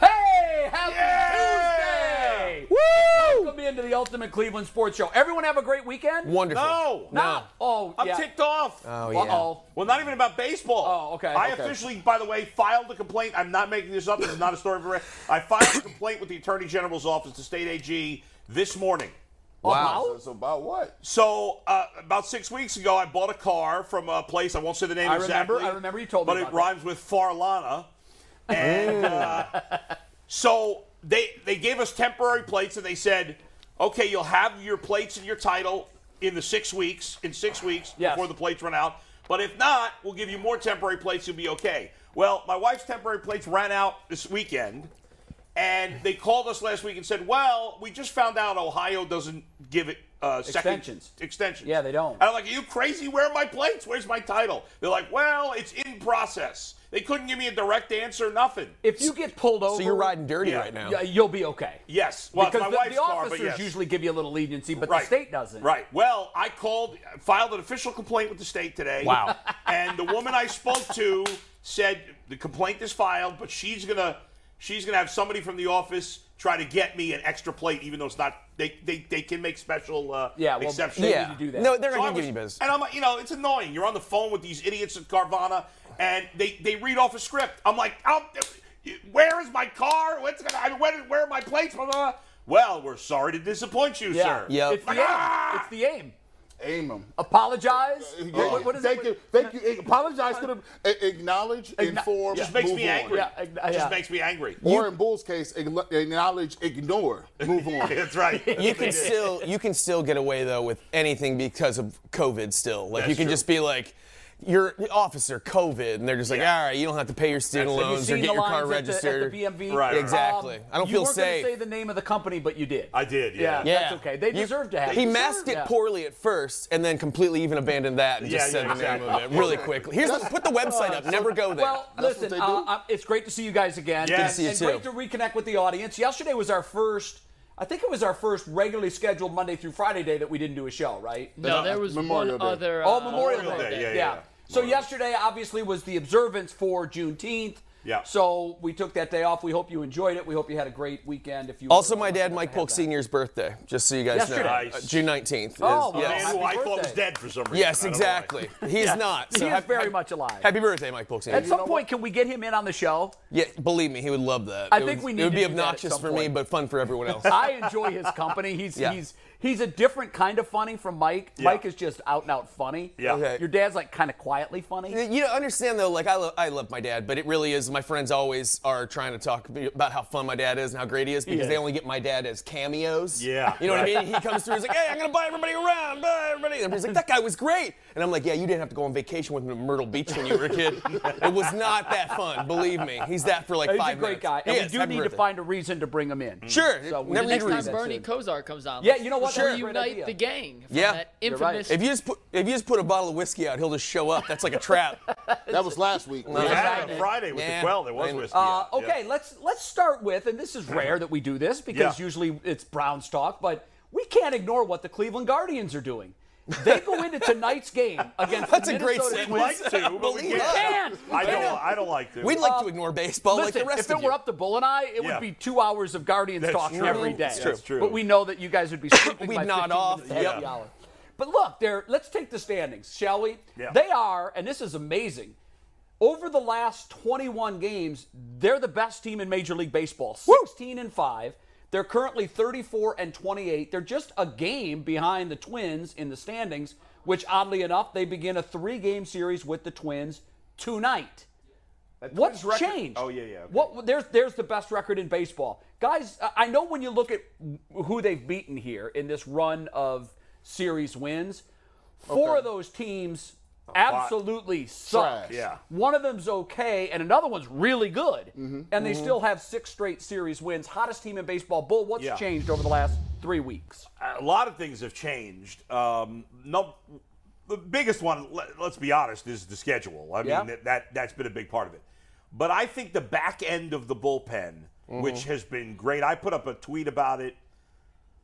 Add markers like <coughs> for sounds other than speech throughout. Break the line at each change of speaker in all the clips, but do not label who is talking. Hey, happy Tuesday! Woo! Welcome into the Ultimate Cleveland Sports Show. Everyone have a great weekend?
Wonderful.
No.
No. Oh,
I'm
yeah.
ticked off.
Oh, yeah.
Uh-oh.
well, not even about baseball.
Oh, okay,
I
okay.
officially, by the way, filed a complaint. I'm not making this up. This is not a story for I filed a complaint with the Attorney General's office, the state AG, this morning.
Wow.
About?
It's about what?
So uh, about six weeks ago, I bought a car from a place I won't say the name
I remember-
exactly.
I remember you told me
but
about
it
that.
rhymes with Farlana, and uh, so they they gave us temporary plates, and they said, "Okay, you'll have your plates and your title in the six weeks in six weeks
Yes.
before the plates run out. But if not, we'll give you more temporary plates. You'll be okay." Well, my wife's temporary plates ran out this weekend. And they called us last week and said, "Well, we just found out Ohio doesn't give it uh, second-
Extensions.
extensions.
Yeah, they don't.
And I'm like, are you crazy? Where are my plates? Where's my title? They're like, well, it's in process. They couldn't give me a direct answer, nothing.
If you get pulled over,
So you're riding dirty
Yeah.
right now.
yeah, you'll be okay.
yes. Well, it's
because
my
the,
wife's
the
car,
officers
but yes.
usually give you a little leniency, but the
Right.
state doesn't.
Right. Well, I called, filed an official complaint with the state today.
Wow.
<laughs> and the woman I spoke to said the complaint is filed, but she's gonna she's gonna have somebody from the office try to get me an extra plate, even though it's not. They they, they can make special uh,
Yeah, well,
exceptions.
they
Yeah.
need to do that.
No, they're
So
not
I
going to
was-
give you biz.
And I'm, like, you know, it's annoying. You're on the phone with these idiots at Carvana, and they, they read off a script. I'm like, I'll, where is my car? What's gonna? I mean, where, where are my plates? Blah, blah, blah. Well, we're sorry to disappoint you,
Yeah.
sir. Ah!
Yep.
It's the aim. It's the aim.
Aim them.
Apologize. What, what is
thank
it?
you. Thank you. Apologize to them. A- acknowledge, inform,
Just makes
move
me
on.
angry.
Yeah, ag- yeah.
Just makes me angry. <laughs>
Or in Bull's case, igno- acknowledge, ignore, move on.
That's right.
<laughs>
<laughs>
You can still you can still get away though with anything because of COVID still. Like you
That's
can
true.
just be like your officer COVID and they're just like,
Yeah.
all right, you don't have to pay your student
That's it.
Have you
loans or
seen
get
the
your car
lines at the-
registered.
At the, BMV?
Right, right.
Exactly. I don't
you
feel
weren't gonna
safe.
say the name of the company, but you did.
I did.
Yeah.
Yeah.
yeah,
That's okay. They
You-
deserve to have
He
it.
masked
Deserve-
it
yeah.
poorly at first, and then completely even abandoned that and
Yeah,
just said
yeah,
the name
exactly.
of it really quickly. Here's the, put the
<laughs>
website up. Never go there.
Well,
That's what
listen,
they
uh,
do.
uh, it's great to see you guys again.
Good to
and,
see
you
and
too.
great to reconnect with the audience. Yesterday was our first, I think it was our first regularly scheduled Monday through Friday day that we didn't do a show, right?
No, there was one
Memorial Day.
other.
Oh,
uh,
Memorial, Day.
Memorial Day, yeah, yeah, yeah.
So yesterday, obviously, was the observance for Juneteenth.
Yeah.
So we took that day off. We hope you enjoyed it. We hope you had a great weekend. If you
also,
were-
my dad, Mike Polk Sr.'s birthday, just so you guys
Yesterday.
know.
Nice.
Uh, June 19th.
Oh,
is,
Man
yes.
Happy
who I thought was
birthday.
dead for some reason.
Yes,
I don't know
exactly. He is not.
he is
hap-
very
hap-
much alive.
Happy birthday, Mike Polk Sr.
At some point, can we get him in on the show?
Yeah, believe me, he would love that.
I
It
think
would-
we need
It would
to
be
do that at
obnoxious
some
for me,
point.
but fun for
<laughs>
everyone else.
I enjoy
<laughs>
his company. He's
Yeah.
he's he's a different kind of funny from Mike. Mike is just out and out funny.
Yeah. Okay.
Your dad's like kind of quietly funny.
you don't understand though, like I, lo- I love my dad, but it really is. My friends always are trying to talk about how fun my dad is and how great he is because
Yeah.
they only get my dad as cameos.
Yeah,
you know what I
right.
mean. He comes through, he's like, "Hey, I'm gonna buy everybody around, buy everybody." And everybody's like, "That guy was great," and I'm like, "Yeah, you didn't have to go on vacation with him to Myrtle Beach when you were a kid. it was not that fun, believe me. He's that for like
He's
five
a great
minutes.
guy, and
He
we
is.
do
Happy
need to
birthday.
find a reason to bring him in.
Sure,
we
never
need
need
to
a
Next
do
time
reason.
that
Bernie
soon.
Kozar comes on.
Yeah,
let's
you know what? That's a great
Reunite
idea.
the gang. From
Yeah.
That
You're
right.
infamous.
If you just put if you just put a bottle of whiskey out, he'll just show up. That's like a trap.
That was last week.
why.
Yeah.
Yeah, on Friday with
Yeah.
the quell, there was
Uh,
whiskey.
Uh,
Yeah.
okay, let's let's start with, and
<laughs>
this is rare that we do this because
Yeah.
usually it's Browns talk, but we can't ignore what the Cleveland Guardians are doing. They go into tonight's
<laughs>
game against
That's
the
a great
Minnesota
segue.
We'd like to, but we
<laughs> Believe
can't.
it. We
I
can't.
don't. I don't like to.
We'd like to ignore baseball like
Listen,
the rest
if
of
it
you.
were up to Bull and I, it would
Yeah.
be two hours of Guardians
That's
talk
true.
every day.
That's true. That's true.
But we know that you guys would
<coughs>
be sleeping
We'd
by
nod
15
off.
minutes ahead of
Yep.
the hour. But look, there. Let's take the standings, shall we?
Yeah.
They are, and this is amazing. Over the last 21 games, they're the best team in Major League Baseball. 16 and five. They're currently 34 and 28. They're just a game behind the Twins in the standings, which oddly enough, they begin a three game series with the Twins tonight. What's
Twins record-
changed?
Oh, yeah, yeah, okay.
What there's there's the best record in baseball, guys. I- I know when you look at who they've beaten here in this run of series wins, four of those teams absolutely suck.
Trash. Yeah.
One of them's okay, and another one's really good,
Mm-hmm.
and they still have six straight series wins. Hottest team in baseball. Bull, what's
Yeah.
changed over the last three weeks?
a lot of things have changed. Um, no, the biggest one, let, us be honest, is the schedule. I mean,
Yeah.
that, that that's been a big part of it. But I think the back end of the bullpen, which has been great. I put up a tweet about it,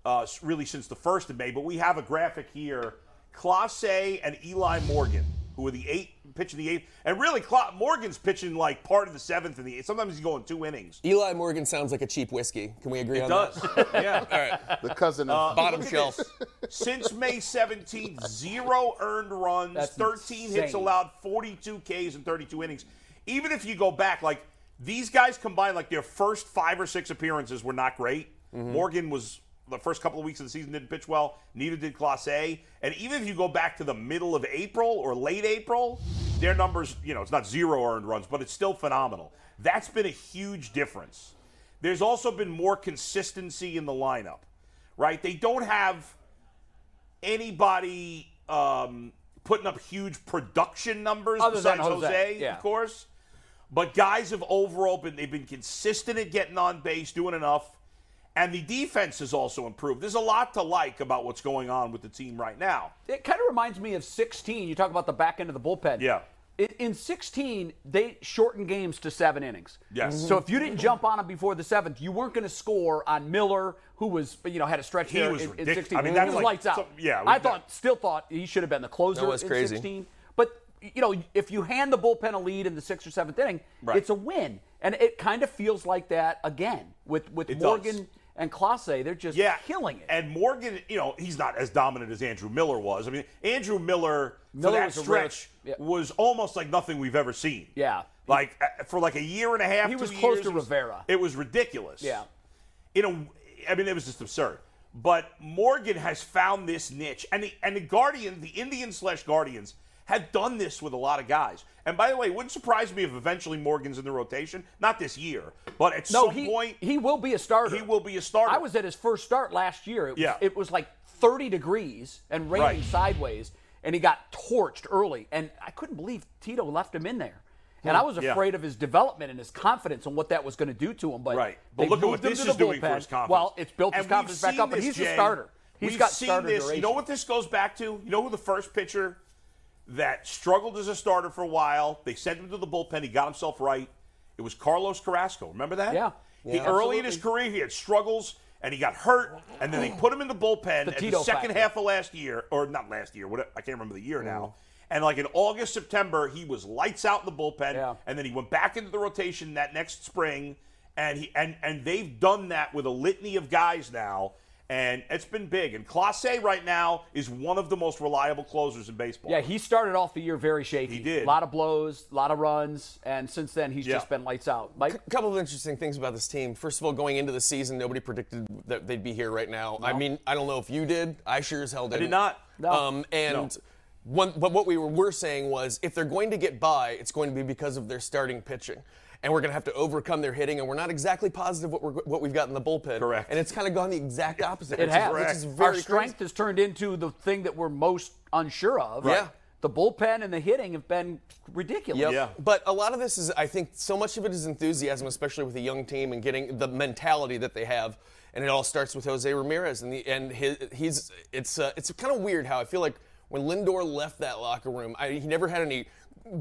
uh, s- really since the first of May. But we have a graphic here: Classe and Eli Morgan, who are the eight pitching the eighth, and really Cla- Morgan's pitching like part of the seventh and the eighth. Sometimes he's going two innings.
Eli Morgan sounds like a cheap whiskey. Can we agree on
Does
that?
<laughs> yeah.
All right. <laughs>
The cousin of
<laughs>
Bottom
Look at
shelf.
this. Since May 17th, zero earned runs,
That's
13 hits
insane.
allowed, 42 Ks in 32 innings. Even if you go back, like these guys combined, like their first five or six appearances were not great.
Mm-hmm.
Morgan was the first couple of weeks of the season didn't pitch well. Neither did Class A. And even if you go back to the middle of April or late April, their numbers, you know, it's not zero earned runs, but it's still phenomenal. That's been a huge difference. There's also been more consistency in the lineup, right? They don't have anybody um, putting up huge production numbers
Other than
besides Jose,
Jose, yeah.
of course. But guys have overall been they've been consistent at getting on base, doing enough, and the defense has also improved. There's a lot to like about what's going on with the team right now.
It kind of reminds me of 16. You talk about the back end of the bullpen.
Yeah.
In, in 16, they shortened games to seven innings.
Yes.
So if you didn't jump on him before the seventh, you weren't going to score on Miller, who was you know had a stretch
He
there
was
in, in
ridic-
16.
I mean,
He
that's
was
like
lights out.
some- yeah,
I
we-
thought, still thought he should have been the closer
That was
in
crazy.
16. But you know, if you hand the bullpen a lead in the sixth or seventh inning, it's a win, and it kind of feels like that again with with
It does.
Morgan and Classe. They're just
yeah,
killing it.
And Morgan, you know, he's not as dominant as Andrew Miller was. I mean, Andrew Miller,
Miller
for that
was a rare-
stretch
yeah.
was almost like nothing we've ever seen.
Yeah.
like uh, for like a year and a half.
He
two
was close
years,
to
it was-
Rivera.
It was ridiculous.
Yeah.
you know, I mean, it was just absurd. But Morgan has found this niche, and the and the Guardian, the Indians slash Guardians, have done this with a lot of guys. And by the way, it wouldn't surprise me if eventually Morgan's in the rotation. Not this year, but at
no,
some
he,
point
he will be a starter.
he will be a starter.
I was at his first start last year. It was,
Yeah.
it was like 30 degrees and raining
Right.
sideways, and he got torched early. And I couldn't believe Tito left him in there. And I was
Hmm. Yeah.
afraid of his development and his confidence and what that was going to do to him. But,
Right. But
they
look at
moved
what
him
this
to
is
the
doing for
bullpen.
his confidence.
Well, it's built
And
his
we've
confidence back
seen
up, and
this,
he's
Jay.
a starter. He's
we've
got
seen
starter
this.
duration.
You know what this goes back to? You know who the first pitcher that struggled as a starter for a while? They sent him to the bullpen. He got himself right. It was Carlos Carrasco. Remember that?
Yeah.
He
Yeah.
early in his career he had struggles and he got hurt, and then they put him in the bullpen
The
at the
Tito
second
factor. Mm.
half of last year, or not last year, what I can't remember the year now. And like in August, September, he was lights out in the bullpen,
Yeah.
and then he went back into the rotation that next spring, and he and and they've done that with a litany of guys now, and it's been big. And Classe right now is one of the most reliable closers in baseball.
Yeah, he started off the year very shaky.
He did.
A lot of blows, a lot of runs, and since then he's
Yeah.
just been lights out. Mike?
A couple of interesting things about this team. First of all, going into the season, nobody predicted that they'd be here right now. I mean, I don't know if you did. I sure as hell didn't.
not.
No.
Um, and
No.
one, but what we were, were saying was, if they're going to get by, it's going to be because of their starting pitching, and we're going to have to overcome their hitting. And we're not exactly positive what we're what we've got in the bullpen.
Correct.
And it's kind of gone the exact opposite.
It
which
has.
Is, which is very
Our
crazy.
strength has turned into the thing that we're most unsure of.
Right. Yeah.
The bullpen and the hitting have been ridiculous.
Yep.
Yeah.
But a lot of this is, I think, so much of it is enthusiasm, especially with a young team and getting the mentality that they have. And it all starts with Jose Ramirez, and the and his, he's it's uh, it's kind of weird how I feel like when Lindor left that locker room, I, he never had any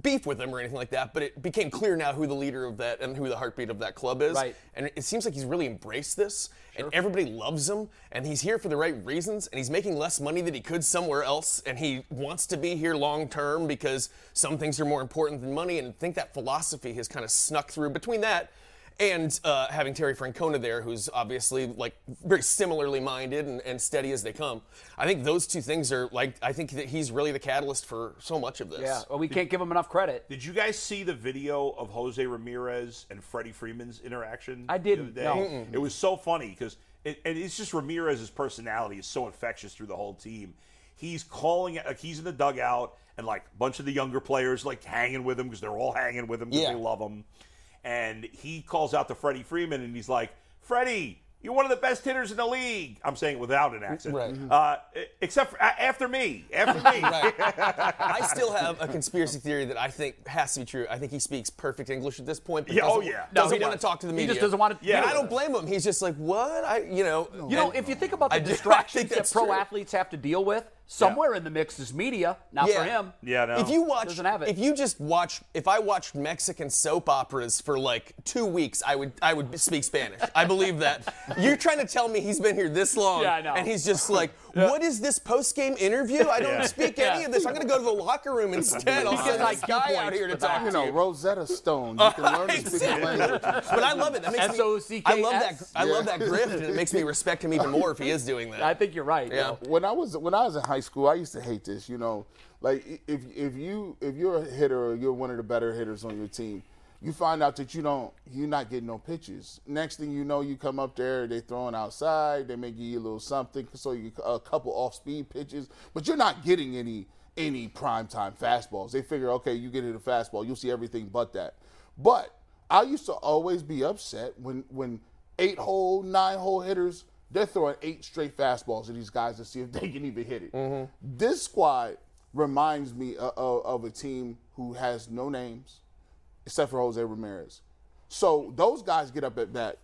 beef with him or anything like that. But it became clear now who the leader of that and who the heartbeat of that club is.
Right.
And it seems like he's really embraced this, and everybody loves him, and he's here for the right reasons, and he's making less money than he could somewhere else, and he wants to be here long term because some things are more important than money, and I think that philosophy has kind of snuck through between that. And uh, having Terry Francona there, who's obviously like very similarly minded and, and steady as they come, I think those two things are like I think that he's really the catalyst for so much of this.
Yeah. Well, we can't give him enough credit.
Did you guys see the video of Jose Ramirez and Freddie Freeman's interaction?
I didn't,
The
no.
other day? It was so funny because and, and it's just Ramirez's personality is so infectious through the whole team. He's calling, like he's in the dugout, and like a bunch of the younger players like hanging with him because they're all hanging with him because
Yeah.
they love him. And he calls out to Freddie Freeman, and he's like, "Freddie, you're one of the best hitters in the league." I'm saying it without an accent,
Right.
Uh, except for, a- after me,
<laughs>
after me.
I still have a conspiracy theory that I think has to be true. I think he speaks perfect English at this point. But
Yeah, oh,
doesn't,
yeah. No,
Doesn't
he
want
does.
to talk to the
He
media.
just doesn't wanna-
Yeah.
Yeah. I don't blame him. He's just like, what? I, you know.
You know, if you think about the
I do- <laughs> I think
distractions that
that's
pro
true.
athletes have to deal with, somewhere in the mix is media. Not
Yeah.
for him.
Yeah, no.
If you watch,
Doesn't have it.
if you just watch, if I watched Mexican soap operas for like two weeks, I would, I would speak Spanish. I believe that. You're trying to tell me he's been here this long,
Yeah, I know.
and he's
<laughs>
just like, what is this post-game interview? I don't speak any of this. I'm gonna go to the
<laughs>
locker room instead. I'll
gets
send this
IQ
guy out
points
here to
for that.
talk
You
to
know,
you.
Rosetta Stone. You can learn to speak the
<laughs> Exactly.
language.
But I love it. That makes me-
S-O-C-K-S?
I love that. I love that grift, and it makes me respect him even more if he is doing that.
I think you're right.
Yeah.
when I was when I was in high school, I used to hate this. You know, like i- if if you if you're a hitter or you're one of the better hitters on your team, you find out that you don't you're not getting no pitches. Next thing you know, you come up there, they throwing outside, they may give you a little something, so you a couple off speed pitches, but you're not getting any any prime time fastballs. They figure, okay, you get hit a fastball, you'll see everything but that. But I used to always be upset when when eight hole, nine hole hitters, they're throwing eight straight fastballs at these guys to see if <laughs> they can even hit it. This squad reminds me of, of a team who has no names except for Jose Ramirez. So those guys get up at bat,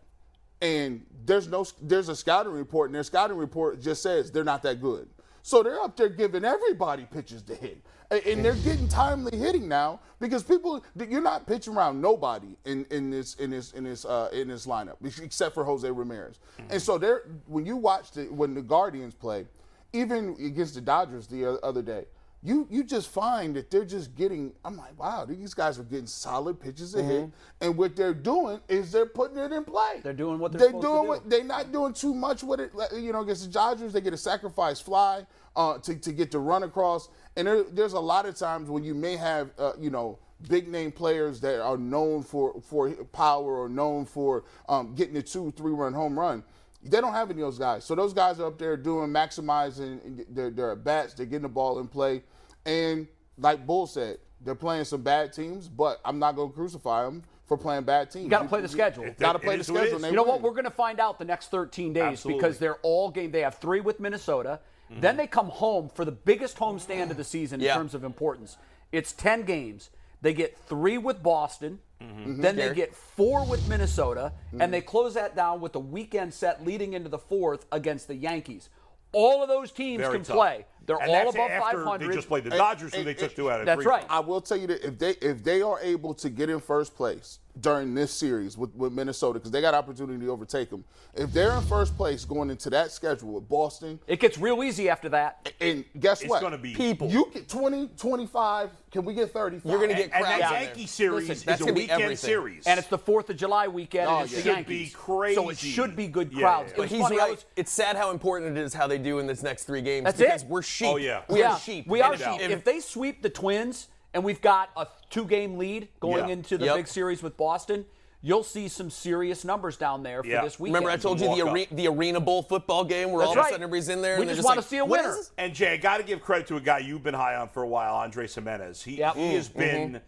and there's no there's a scouting report, and their scouting report just says they're not that good. So they're up there giving everybody pitches to hit, A- and they're getting timely hitting now because people you're not pitching around nobody in, in this in this in this uh, in this lineup ex- except for Jose Ramirez. And so they're when you watch the when the Guardians play, even against the Dodgers the o- other day, you you just find that they're just getting. I'm like, wow, these guys are getting solid pitches ahead, and what they're doing is they're putting it in play.
Mm-hmm. They're doing what they're
they
supposed to
doing.
do.
What, they're not doing too much with it. Like, You know, against the Dodgers, they get a sacrifice fly uh, to to get the run across, and there, there's a lot of times when you may have uh, you know. Big name players that are known for for power or known for um, getting a two three run home run, they don't have any of those guys. So those guys are up there doing maximizing their, their at bats. They're getting the ball in play, and like Bull said, they're playing some bad teams. But I'm not going to crucify them for playing bad teams.
You got to play the schedule.
Got to
It
play the
is what it
schedule.
is.
and they
You
You know what?
win.
We're going to find out the next 13 days
Absolutely. Mm-hmm.
because they're all game. They have three with Minnesota. Then they come home for the biggest home stand of the season in
Yeah.
terms of importance. It's 10 games. They get three with Boston.
Mm-hmm.
Then they
Fair.
get four with Minnesota. And they close that down with the weekend set leading into the fourth against the Yankees. All of those teams
Very
can
tough.
play. They're
And
all
that's
above
after
500.
They just played the
And-
Dodgers, who
and-
they took
and-
two out of
That's
three.
right.
I will tell you that if they if they are able to get in first place during this series with, with Minnesota, because they got opportunity to overtake them, if they're in first place going into that schedule with Boston,
It gets real easy after that.
and guess
It's
what?
going to be
People.
You get 20, 25. Can we get thirty?
You're
<laughs>
gonna get
And that
crowds in there.
Yankee series
Listen,
is
that's
a
gonna be
weekend
everything.
series.
And it's the 4th of July weekend.
Oh,
and it's
yeah.
the
Should
be
Yankees. So it
crazy.
should be good
Yeah,
crowds.
yeah,
It
yeah.
was
But he's
funny. I
right.
was-
it's sad how important it is how they do in this next three games
That's
because
it.
we're sheep.
Oh, yeah.
We
yeah,
are sheep.
We are
Get it out.
sheep. If they sweep the Twins and we've got a two-game lead going
Yeah.
into the
Yep.
big series with Boston, you'll see some serious numbers down there for
Yeah.
this weekend.
Remember, I told you the,
Walk
are-
up.
the Arena Bowl football game where
That's
all
right.
of a sudden everybody's in there
We
and they're
just
just,
wanna
like,
see a
"What is
winner."
this?"
And Jay, I got to give credit to a guy you've been high on for a while, Andres Jimenez. He,
Yep.
he has been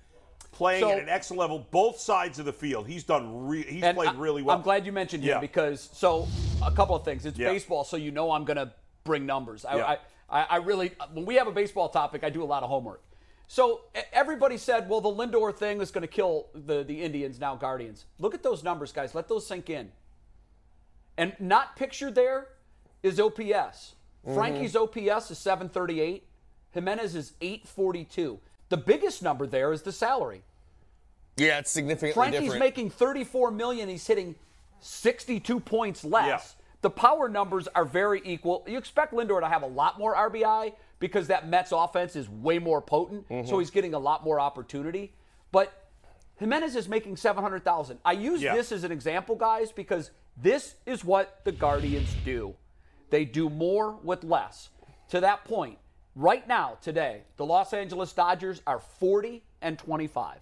playing
So-
at an excellent level, both sides of the field. He's done. Re- he's
And
played
I-
really well.
I'm glad you mentioned
Yeah.
him because so a couple of things. It's
Yeah.
baseball, so you know I'm going to bring numbers. I,
Yeah.
I I, I really when we have a baseball topic, I do a lot of homework. So e- everybody said, well, the Lindor thing is going to kill the the Indians now Guardians. Look at those numbers, guys. Let those sink in. And not pictured there is OPS.
Mm-hmm.
Frankie's OPS is 738. Jimenez is 842. The biggest number there is the salary.
Yeah, it's significantly
Frankie's
different.
making 34 million. He's hitting 62 points less.
Yeah.
The power numbers are very equal. You expect Lindor to have a lot more RBI because that Mets offense is way more potent, so he's getting a lot more opportunity. But Jimenez is making 700,000. I use
Yeah.
this as an example, guys, because this is what the Guardians do. They do more with less. To that point, right now, today, the Los Angeles Dodgers are 40 and 25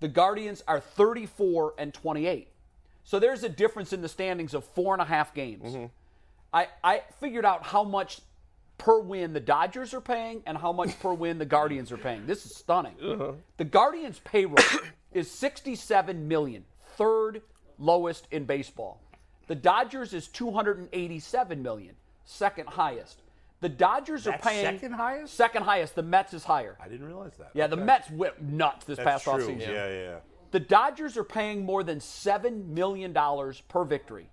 The Guardians are 34 and 28. So there's a difference in the standings of four and a half games.
Mm-hmm.
I, I figured out how much per win the Dodgers are paying and how much per win the Guardians are paying. This is stunning.
Uh-huh.
The Guardians' payroll <coughs> is 67 million, third lowest in baseball. The Dodgers is 287 million, second highest. The Dodgers
That's
are paying
second highest?
Second highest. The Mets is higher.
I didn't realize that.
Yeah, the Mets went nuts this past
That's true.
offseason.
Yeah, yeah.
The Dodgers are paying more than seven million dollars per victory.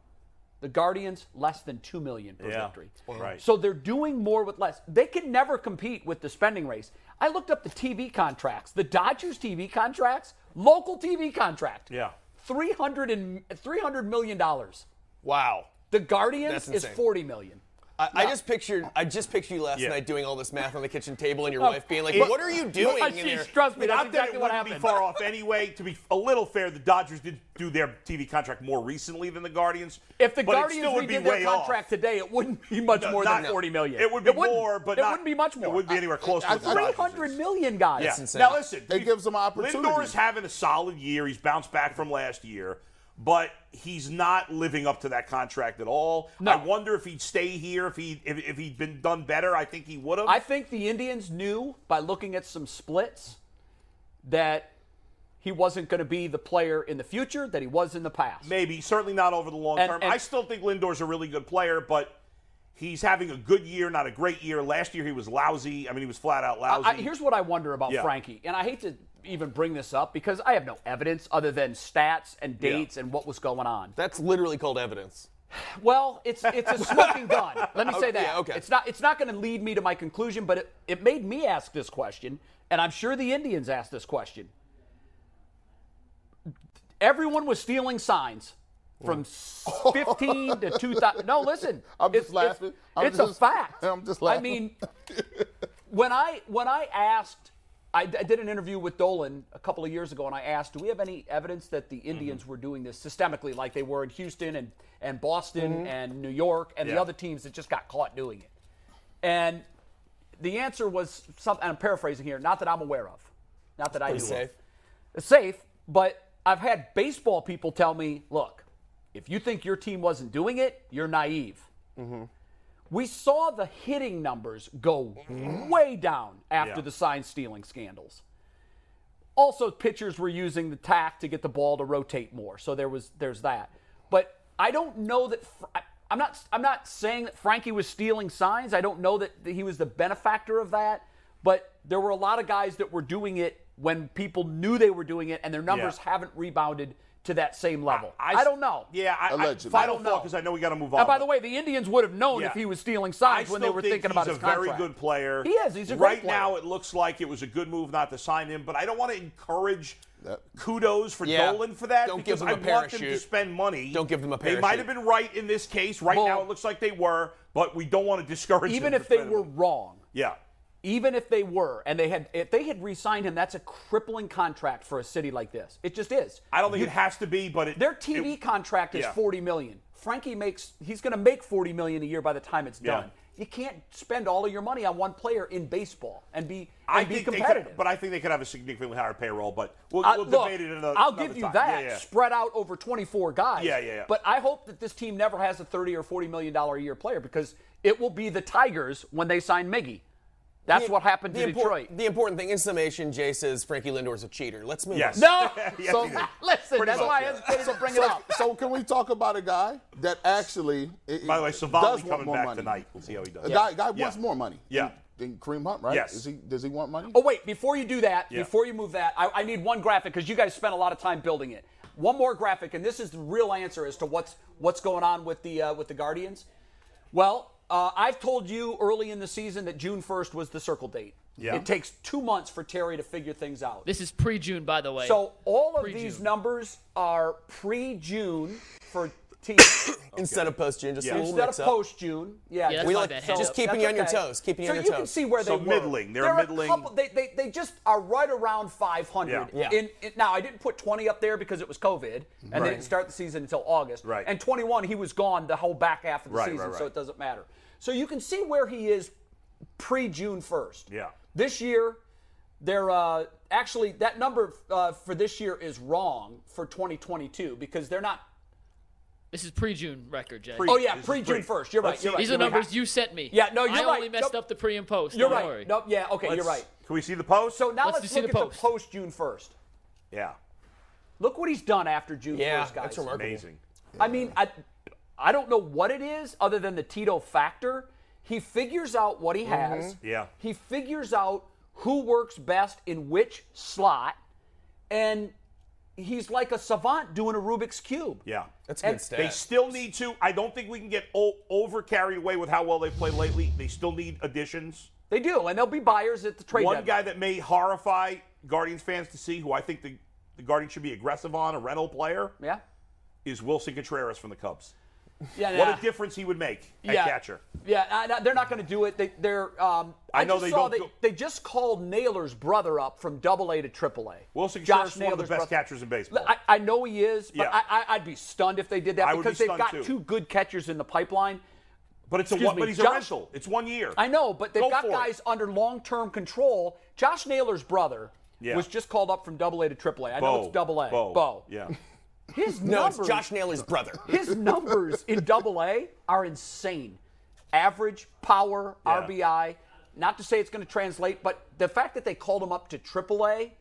The Guardians less than two million per
Yeah,
victory.
right.
So they're doing more with less. They can never compete with the spending race. I looked up the TV contracts. The Dodgers TV contracts, local TV contract.
Yeah.
300 and 300 million dollars.
Wow.
The Guardians
That's
is
insane.
40 million.
I, I just pictured I just pictured you last
Yeah.
night doing all this math on the kitchen table and your
Oh,
wife being like,
it-
"What
<laughs>
are you doing in
She's-
there?"
trust me, that's
Not that
exactly
it
what
wouldn't
happened.
be far off anyway. To be a little fair, the Dodgers did do their TV contract more recently than the Guardians.
If the
but it
Guardians
still would be
redid their
way off.
contract today, it wouldn't be much
No,
more
not-
than 40 million.
It would be
wouldn't-
more, but
it
not-
wouldn't be much more.
It wouldn't be anywhere close to
I-
what the Dodgers is.
300 million guys.
Yeah.
insane.
Now listen,
That gives them opportunity.
Lindor is having a solid year. He's bounced back from last year, but he's not living up to that contract at all.
No.
I wonder if he'd stay here if he if, if he'd been done better. I think he would have.
I think the Indians knew by looking at some splits that he wasn't going to be the player in the future that he was in the past.
Maybe certainly not over the long
And-
term.
and-
I still think Lindor's a really good player, but. He's having a good year, not a great year. Last year he was lousy. I mean, he was flat out lousy.
I, here's what I wonder about
Yeah.
Frankie, and I hate to even bring this up because I have no evidence other than stats and
Yeah.
dates and what was going on.
That's literally called evidence.
Well, it's it's a smoking gun. Let me say that.
yeah, okay.
It's not it's not going to lead me to my conclusion, but it, it made me ask this question, and I'm sure the Indians asked this question. Everyone was stealing signs from
<laughs>
s- 15 to 2000. No, listen.
I'm
it's,
just laughing.
It's,
I'm
it's
just-
a fact.
<laughs> I'm just
I
laughing.
mean, when I when I asked, I, I did an interview with Dolan a couple of years ago, and I asked, "Do we have any evidence that the Indians
Mm-hmm.
were doing this systemically, like they were in Houston and and Boston
Mm-hmm.
and New York and the
Yeah.
other teams that just got caught doing it?" And the answer was something. and I'm paraphrasing here, not that I'm aware of, not that I do.
Pretty safe.
Safe, but I've had baseball people tell me, "Look, if you think your team wasn't doing it, you're naive." We saw the hitting numbers go way down after
Yeah.
the sign stealing scandals. Also, pitchers were using the tack to get the ball to rotate more, so there was there's that. But I don't know that Fr- I- I'm not I'm not saying that Frankie was stealing signs. I don't know that he was the benefactor of that, but there were a lot of guys that were doing it when people knew they were doing it, and their numbers haven't rebounded to that same level. I, don't know.
Yeah, I,
Allegedly.
I,
I
final
don't
thought
know.
because I know we got to move on.
And by
but
the way, the Indians would have known
Yeah.
if he was stealing
I
signs
still
when they were
think
thinking about
he's
his
a very
contract.
good player.
He is. He's a great
right
player.
now. It looks like it was a good move not to sign him, but I don't want to encourage kudos for
Uh, Yeah.
Dolan for that
Don't give
because
them a
I want them to
parachute.
spend money.
Don't give them a
They might
parachute.
have been right in this case. Right now,
Well-
it looks like they were, but we don't want to discourage
Even
them
if
for
they
spending
were
money.
wrong,
yeah,
even if they were, and they had if they had re-signed him, that's a crippling contract for a city like this. It just is.
I don't think it has to be, but it,
Their TV
it-
contract is
yeah.
40 million. Frankie makes he's going to make 40 million a year by the time it's
Yeah.
done. You can't spend all of your money on one player in baseball and be and
I
be
think They
competitive.
could, but I think they could have a significantly higher payroll. But we'll,
I-
we'll
look,
debate it another.
I'll
another
give you
time.
that
Yeah, yeah.
spread out over 24 guys.
Yeah, yeah, yeah.
But I hope that this team never has a 30 or 40 million dollar a year player because it will be the Tigers when they sign Miggy. That's
The-
what happened to
the impor-
Detroit.
The important thing, in summation, Jay says Frankie Lindor's a cheater. Let's move
Yes.
on.
<laughs>
No.
Yes,
So-
he did.
<laughs> Listen,
Pretty
that's
much,
why I
yeah.
hesitated to bring it
So,
up.
so can we talk about a guy that actually? it-
By the way,
does
Savali
want
coming
more
back
money.
tonight. We'll see how he does.
A guy, guy
Yeah.
wants more money.
Yeah.
Than Kareem Hunt, right?
Yes.
Is he? Does he want money?
Oh wait, before you do that,
Yeah.
before you move that, I, I need one graphic because you guys spent a lot of time building it. One more graphic, and this is the real answer as to what's what's going on with the uh, with the Guardians. Well, uh, I've told you early in the season that June 1st was the circle date.
Yeah.
It takes two months for Terry to figure things out.
This is pre June, by the way.
so all of
Pre-June.
these numbers are pre-June for teams.
Instead of post June, just a little
Instead of
mix up.
post June,
Yeah,
yeah, just
that's
We
why
like
that
just
helps.
keeping you
That's
on your
okay.
toes. Keeping
so
you on
you
your
can
toes.
see where they
So
were.
middling. They're
They're a
middling.
couple- they, they, they just are right around 500.
Yeah.
Yeah.
In, in- now, I didn't put 20 up there because it was COVID, and they didn't start the season until August.
Right.
And 21, he was gone the whole back half of the
Right,
season,
right,
so
right.
it doesn't matter. So you can see where he is pre June 1st.
Yeah.
This year, they're uh, actually, that number uh, for this year is wrong for 2022 because they're not.
This is pre June record, Jay. Oh,
Pre-
Oh, yeah,
This is
pre June
pre.
1st. You're right.
Let's
You're
see.
right.
These are
you're right.
numbers you sent me.
Yeah, no, you're
I
right.
only messed
Nope.
up the pre and post.
You're
Don't
right.
worry.
Nope, yeah, okay, you're
Let's-
right.
Can we see the post?
So now
Let's
let's,
just see
look
the
at
post.
the post June 1st.
yeah,
Look what he's done after June
Yeah,
1st, guys.
that's remarkable.
amazing.
I mean, I, I don't know what it is other than the Tito factor. He figures out what he has.
Mm-hmm. Yeah.
He figures out who works best in which slot, and he's like a savant doing a Rubik's cube.
Yeah.
That's a good
And
stat.
They still need to. I don't think we can get o- over carried away with how well they played lately. They still need additions.
They do, and they'll be buyers at the trade
One
deadline.
guy that may horrify Guardians fans to see, who I think the, the Guardians should be aggressive on, a rental player,
Yeah.
is Wilson Contreras from the Cubs.
Yeah.
What
nah.
a difference he would make at
Yeah.
catcher.
Yeah, I- I- they're not going to do it. They, they're. Um, I,
know
just
they
saw
don't
they,
go-
they just called Naylor's brother up from Double A to Triple A.
Wilson
Josh
Contreras is one of the
Naylor's
best
brother.
catchers in baseball.
I, I know he is, but
Yeah.
I, I, I'd be stunned if they did that
I would be
because they've
stunned
got
too.
two good catchers in the pipeline.
but it's a
excuse
one,
me,
but he's a
Josh-
rental. It's one year.
I know, but they've
Go
got
for it.
guys under long-term control. Josh Naylor's brother
Yeah.
was just called up from Double A to Triple A. I know it's Double A.
Bo.
Bo. <laughs>
Yeah.
His
no,
numbers.
it's Josh Naylor's brother.
His numbers in double A are insane. Average, power,
Yeah.
RBI. Not to say it's going to translate, but the fact that they called him up to triple A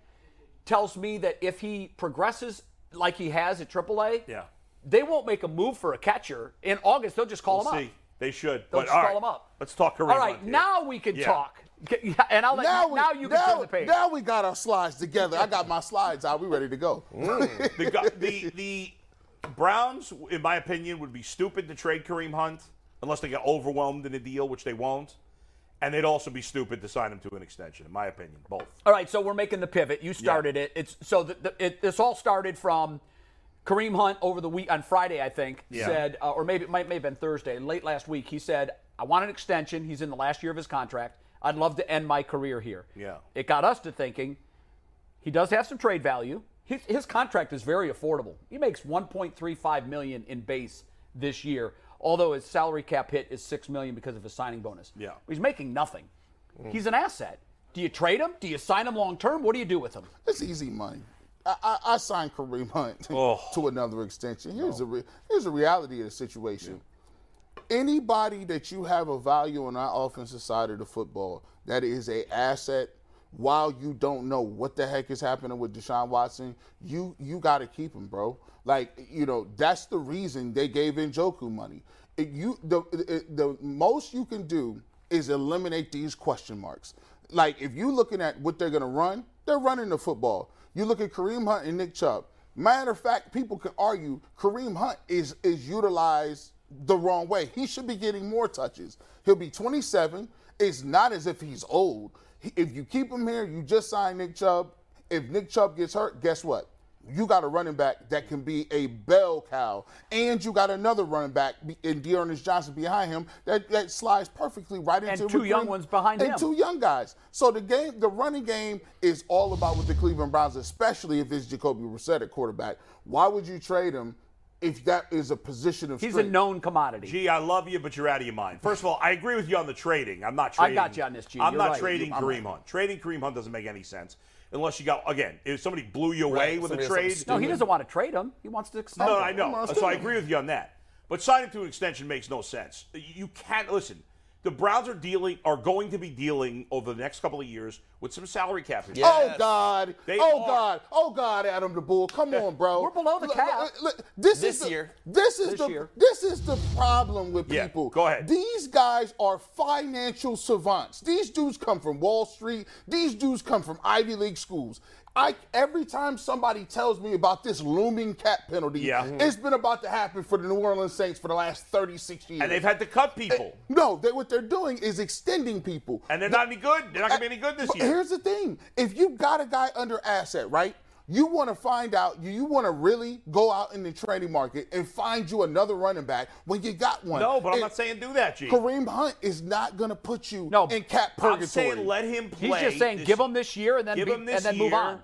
tells me that if he progresses like he has at triple A,
Yeah.
they won't make a move for a catcher. In August, they'll just call
We'll
him
see.
up.
They should.
They'll
but,
just
all
call
right.
him up.
Let's talk Kareem
All right,
Hunt here.
now we can
Yeah.
talk. <laughs> Yeah, And I'll let
Now,
now,
we,
you can
now,
turn the page.
now we got our slides together. I got my slides out. We ready to go.
the, gu- the the Browns, in my opinion, would be stupid to trade Kareem Hunt unless they get overwhelmed in a deal, which they won't. And they'd also be stupid to sign him to an extension, in my opinion. Both.
All right, so we're making the pivot. You started it. It's so the, the, it, this all started from Kareem Hunt over the week on Friday, I think,
Yeah.
said, uh, or maybe it might may have been Thursday, late last week. He said, "I want an extension. He's in the last year of his contract. I'd love to end my career here."
Yeah.
It got us to thinking. He does have some trade value. His, his contract is very affordable. He makes 1.35 million in base this year, although his salary cap hit is six million because of his signing bonus.
Yeah.
he's making nothing. He's an asset. Do you trade him? Do you sign him long term? What do you do with him?
<laughs> It's easy money. I, I, I signed Kareem Hunt <laughs> to another extension. Here's the re- here's the reality of the situation. Anybody that you have a value on our offensive side of the football that is a asset, while you don't know what the heck is happening with Deshaun Watson, you you got to keep him, bro. Like you know that's the reason they gave Njoku money. It- you the it- the most you can do is eliminate these question marks. Like if you looking at what they're gonna run, they're running the football. You look at Kareem Hunt and Nick Chubb. Matter of fact, people can argue Kareem Hunt is is utilized the wrong way. He should be getting more touches. He'll be 27. It's not as if he's old. He- If you keep him here, you just signed Nick Chubb. If Nick Chubb gets hurt, guess what? You got a running back that can be a bell cow, and you got another running back be- in Dearness Johnson behind him that, that slides perfectly right into
two
with
young
Kareem-
ones behind
and
him.
two young guys. So the game, the running game is all about with the Cleveland Browns, especially if it's Jacoby Brissett at quarterback. Why would you trade him if that is a position of
He's a
strength?
known commodity.
Gee, I love you, but you're out of your mind. First of all, I agree with you on the trading. I'm not trading.
I got you on this, Gene.
I'm
You're
not
right.
trading
I'm
Kareem Hunt. Trading Kareem Hunt doesn't make any sense unless you got again. If somebody blew you away
Right,
with
somebody
a
does something
trade,
no, he doesn't want to trade him. He wants to extend.
No,
him.
I know. So I agree with you on that. But signing to an extension makes no sense. You can't listen. The Browns are dealing are going to be dealing over the next couple of years with some salary cap issues.
Oh God!
They
oh
are-
God! Oh God! Adam the Bull, come on, bro.
We're below the
Look,
cap.
look, look, this
This
is the,
year.
This is
This
the
year.
this is the problem with
Yeah,
people.
go ahead.
These guys are financial savants. These dudes come from Wall Street. These dudes come from Ivy League schools. I every time somebody tells me about this looming cap penalty,
Yeah. Mm-hmm.
it's been about to happen for the New Orleans Saints for the last 36 years.
And they've had to cut people.
no, they, what they're doing is extending people.
And they're not any good. They're not going to be any good this
Eh, But
year.
Here's the thing: if you got a guy under asset, right? You want to find out. You, you want to really go out in the trading market and find you another running back when you got one.
No, but I'm
And
not saying do that, G.
Kareem Hunt is not going to put you
No,
in cap purgatory.
I'm saying let him play.
He's just saying
this-
give him this year and then
give
be-
him this
and then move
year,
on.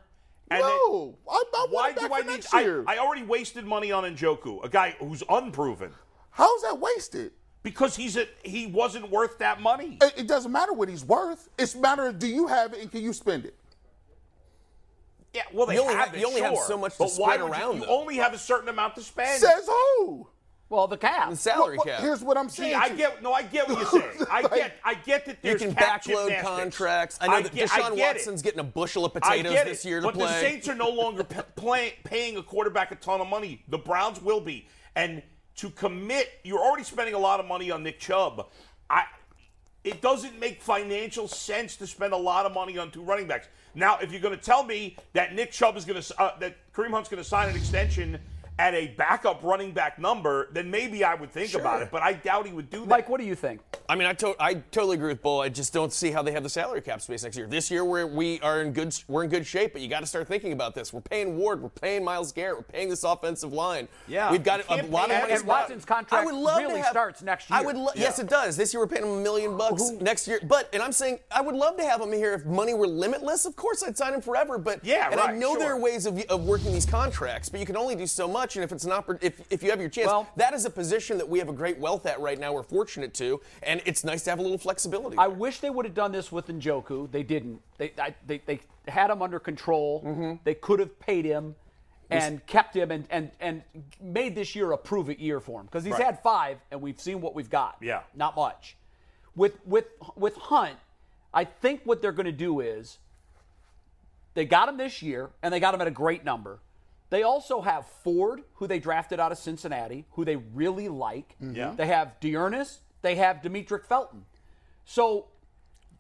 and then-
no, I, I want
Why
him back
do
for
I need?
next
I,
year.
I already wasted money on Njoku, a guy who's unproven,
How's that wasted?
because he's a, he wasn't worth that money.
It, it doesn't matter what he's worth. It's matter of do you have it and can you spend it.
Yeah, well, they
You only
have,
have-
it,
you only have
sure.
so much to
but why
spread
would
around,
You, you
though.
only have a certain amount to spend.
Says who?
Well, the cap.
The salary
Well,
cap.
Here's what I'm saying.
Gee, I
to you.
get no, I get what you're
<laughs>
saying. I
Like,
get, I get that
You
there's
can
cap
backload
gymnastics.
contracts. I know that
get-
Deshaun
get it.
Watson's getting a bushel of
I
potatoes
get
this
it,
year to
but
play.
the Saints are no longer p- play, paying a quarterback a ton of money. The Browns will be, and to commit, you're already spending a lot of money on Nick Chubb. I, it doesn't make financial sense to spend a lot of money on two running backs. Now, if you're going to tell me that Nick Chubb is going to uh, that Kareem Hunt's going to sign an extension at a backup running back number, then maybe I would think about it. But I doubt he would do that.
Mike, what do you think?
I mean, I, to- I totally agree with Bull. I just don't see how they have the salary cap space next year. This year, we're, we are in good we're in good shape, but you got to start thinking about this. We're paying Ward, we're paying Miles Garrett, we're paying this offensive line.
Yeah.
we've got
You
a
can't
lot
pay-
of
and-
money.
and
spread.
Watson's contract really starts next
I
year.
would lo- yes, it does. This year we're paying him a million bucks. Next year, but and I'm saying I would love to have him here if money were limitless. Of course, I'd sign him forever. But
Yeah,
and I
right,
know there
sure.
are ways of, of working these contracts, but you can only do so much. And if it's not if, if you have your chance,
Well-
that is a position that we have a great wealth at right now. We're fortunate to, and it's nice to have a little flexibility.
I wish they would have done this with Njoku. They didn't. They I, they, they had him under control. They could have paid him and kept him and, and, and made this year a prove it year for him because he's had five and we've seen what we've got.
Yeah.
not much. With with with Hunt, I think what they're going to do is they got him this year and they got him at a great number. They also have Ford, who they drafted out of Cincinnati, who they really like.
Mm-hmm.
Yeah.
They have Dearness. They have Demetric Felton. So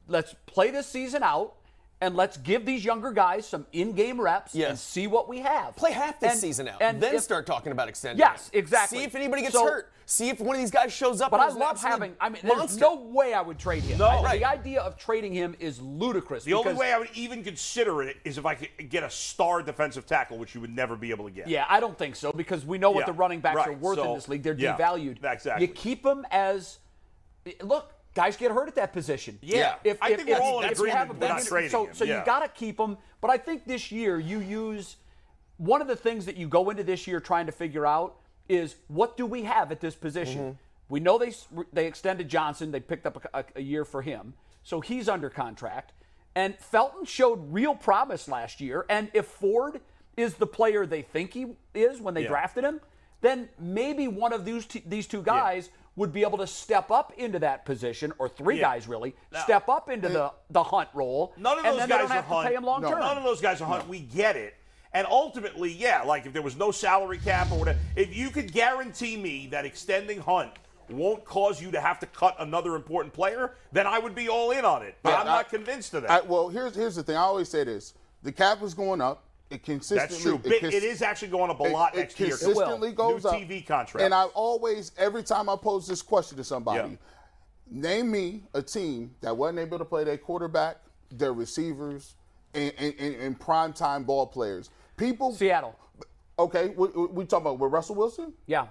let's play this season out and let's give these younger guys some in-game reps and
Yes.
see what we have.
Play half this
And-
season out,
and
and then
if-
start talking about extending.
Yes,
it.
exactly.
See if anybody gets
So-
hurt. See if one of these guys shows up.
But
and
I
is an
love
absolute
having. I mean, there's
monster.
no way I would trade him.
No.
I-
Right.
the idea of trading him is ludicrous.
The only
because-
way I would even consider it is if I could get a star defensive tackle, which you would never be able to get.
Yeah, I don't think so because we know what
Yeah,
the running backs
right,
are worth in
so-
this league. They're
yeah,
devalued.
exactly.
You keep them as look. Guys get hurt at that position.
Yeah.
If,
I
if-
think we're
if-
all in
if you
agreement
have a
we're not
bad-
trading
so,
him,
so
yeah.
you got to keep them. But I think this year you use one of the things that you go into this year trying to figure out is what do we have at this position. We know they s- they extended Johnson. They picked up a, a- a year for him, so he's under contract. And Felton showed real promise last year. And if Ford is the player they think he is when they drafted him, then maybe one of these t- these two guys would be able to step up into that position, or three guys really step up into the the hunt role.
None of
and
those
then
guys
they don't
are
have
Hunt.
to pay him long term.
None of those guys are Hunt. We get it. And ultimately, yeah, like if there was no salary cap or whatever, if you could guarantee me that extending Hunt won't cause you to have to cut another important player, then I would be all in on it. But
Yeah,
I'm
I-
not convinced of that.
I, well, here's here's the thing. I always say this: the cap is going up. It consistently.
That's true.
It,
It,
cons-
it is actually going up a lot
it
next year.
consistently
New
goes up.
TV contract.
And I always, every time I pose this question to somebody,
Yeah.
name me a team that wasn't able to play their quarterback, their receivers, and, and, and, and prime time ball players. People.
Seattle.
Okay, we, we- we talking about with Russell Wilson?
Yeah.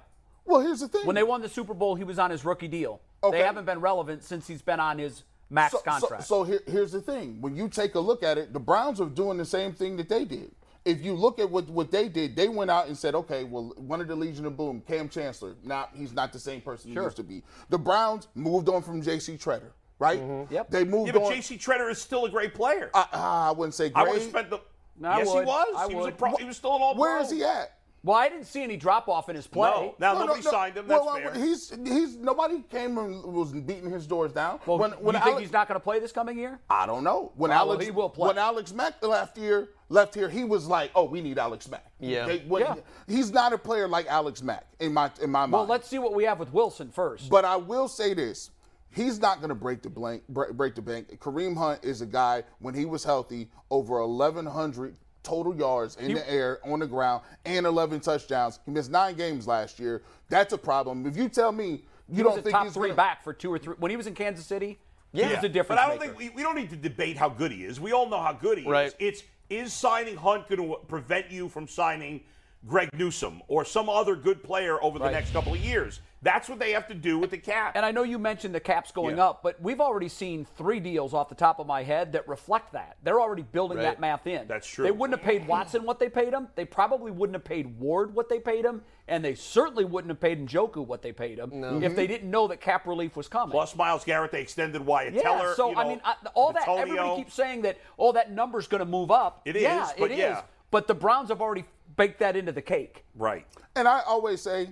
Well, here's the thing.
When they won the Super Bowl, he was on his rookie deal.
Okay.
They haven't been relevant since he's been on his max contract.
So, here, here's the thing: when you take a look at it, the Browns are doing the same thing that they did. If you look at what, what they did, they went out and said, okay, well, one of the Legion of Boom, Cam Chancellor, now he's not the same person he used to be. The Browns moved on from J.C. Treader, right?
Yep.
They moved
yeah, but
on.
J.C. Treader is still a great player.
Ah, I wouldn't say
I would have
great.
spent the.
I
yes,
would.
he was.
I
he was. A
would.
pro, he was still an all.
Where is he at?
well, I didn't see any drop off in his play.
No. Now
No, no,
nobody
no.
signed him. That's
Well, well,
fair.
he's he's nobody came and was beating his doors down.
Well,
when when
you think
Alex-
he's not going to play this coming year?
I don't know. When
Well,
Alex
he will play.
when Alex Mack left here, left here, he was like, "Oh, we need Alex Mack."
Yeah.
They- when-
Yeah.
He's not a player like Alex Mack in my in my mind.
Well, let's see what we have with Wilson first.
But I will say this: he's not going to break the blank, break, break the bank. Kareem Hunt is a guy when he was healthy over 1,100 total yards in the air, on the ground, and 11 touchdowns. He missed nine games last year. That's a problem. If you tell me you
He
don't
was a
think
top
he's
3
gonna-
back for two or three when he was in Kansas City. Yeah, he was a difference
But I don't
maker.
think we, we don't need to debate how good he is. We all know how good he
Right.
is. It's is signing Hunt going to prevent you from signing Greg Newsom or some other good player over the
Right.
next couple of years? That's what they have to do with the cap.
And I know you mentioned the caps going
Yeah.
up, but we've already seen three deals off the top of my head that reflect that. They're already building that
Right.
math in.
That's true.
They wouldn't have paid Watson what they paid him. They probably wouldn't have paid Ward what they paid him, and they certainly wouldn't have paid Njoku what they paid him if they didn't know that cap relief was coming.
Mm-hmm. Plus Miles Garrett, they extended Wyatt
yeah,
Teller.
so
you know,
I mean, I, all that
Bitonio.
everybody keeps saying that all that number's going to move up.
It
yeah,
is, but
it is.
yeah.
But the Browns have already baked that into the cake.
right.
And I always say,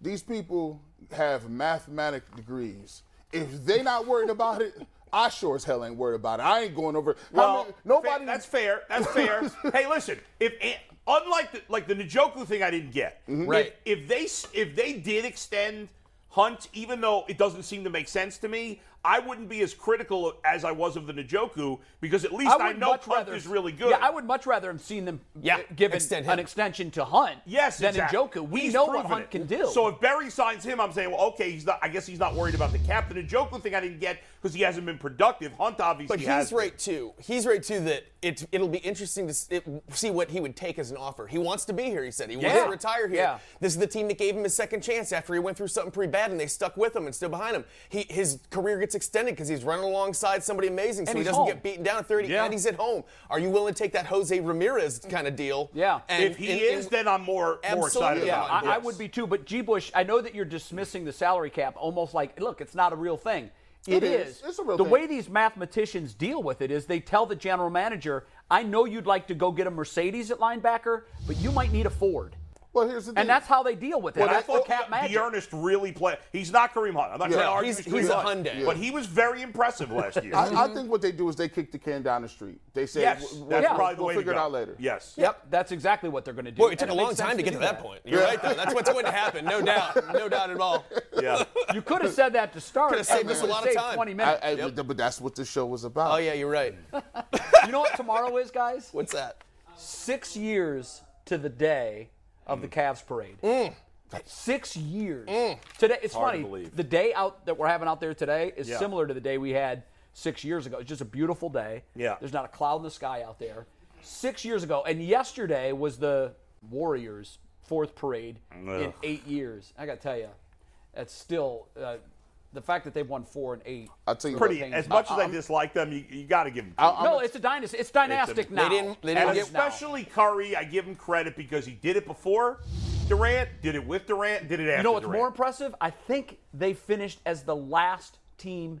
these people have mathematic degrees. If they not worried about it, I sure as hell ain't worried about it. I ain't going over. how
Well,
many- nobody.
fa- that's fair.
<laughs>
That's fair. hey, listen. If eh, unlike the, like the Njoku thing, I didn't get.
Mm-hmm.
Right.
If, if they s- if they did extend Hunt, even though it doesn't seem to make sense to me, I wouldn't be as critical as I was of the Njoku because at least I,
would
know
much
Hunt
rather-
is really good.
Yeah, I would much rather have seen them
Yeah,
uh, given
extend him.
an extension to Hunt
Yes,
than
exactly.
Njoku. We
He's
know what
proven
Hunt
it.
can do.
So if Barry signs him, I'm saying, well, okay, he's not. I guess he's not worried about the captain. The Njoku thing I didn't get because he hasn't been productive. Hunt obviously
But he's
has. been.
right too. He's right too that it it'll be interesting to s- it, see what he would take as an offer. He wants to be here. He said he wants
Yeah.
to retire here.
Yeah.
This is the team that gave him his second chance after he went through something pretty bad, and they stuck with him and stood behind him. He his career gets extended because he's running alongside somebody amazing, so
And
he
he's
doesn't
home.
get beaten down at 30.
Yeah.
And he's at home. Are you willing to take that Jose Ramirez kind of deal?
Yeah.
And-
If he
and-
is,
and-
then I'm more more excited
Absolutely.
yeah,
about.
I,
it.
I
Yes.
would be too. But G. Bush, I know that you're dismissing the salary cap almost like, look, it's not a real thing.
It
is.
is. It's a real
the
thing.
way these mathematicians deal with it is they tell the general manager, I know you'd like to go get a Mercedes at linebacker, but you might need a Ford.
well, here's the thing.
And that's how they deal with it.
Well,
that's
I
the
thought
cap magic.
Dearnest really play. He's not Kareem Hunt. I'm not going to
No,
argue.
he's- he's
Kareem
a
Hunt,
Hyundai.
But he was very impressive last year.
<laughs> I, I think what they do is they kick the can down the street. They say,
yes,
"We'll-
that's
we'll-
probably the
we'll
way
figure
to
it
go.
out later."
Yes.
Yep, that's exactly what they're going to do.
Boy, it
And
took a
makes
long
sense
time to get
do
to that, point. You're right, though. That's what's going to
<laughs>
happen. No doubt. No doubt at all.
Yeah.
You could have said that to start.
Could've saved
and
us a
would've
lot of
saved
time.
20
I,
minutes.
I- But that's what the show was about.
Oh, yeah, you're right.
you know what tomorrow is, guys?
What's that?
Six years to the day of the Cavs parade. Six years. Today, it's
Hard to
funny.
believe.
The day out that we're having out there today is
Yeah.
similar to the day we had six years ago. It's just a beautiful day.
Yeah.
There's not a cloud in the sky out there. Six years ago, and yesterday was the Warriors' fourth parade in
Ugh.
eight years. I got to tell you, that's still uh, the fact that they've won four and eight. Uh,
I'll tell you
Pretty.
what.
As much
Uh-uh.
as I dislike them, you, you got to give them.
I-
No, it's a dynasty. It's dynastic now.
didn't- they
and
didn't get-
especially Curry, I give him credit because he did it before Durant, did it with Durant, did it after
You know what's
Durant.
more impressive? I think they finished as the last team.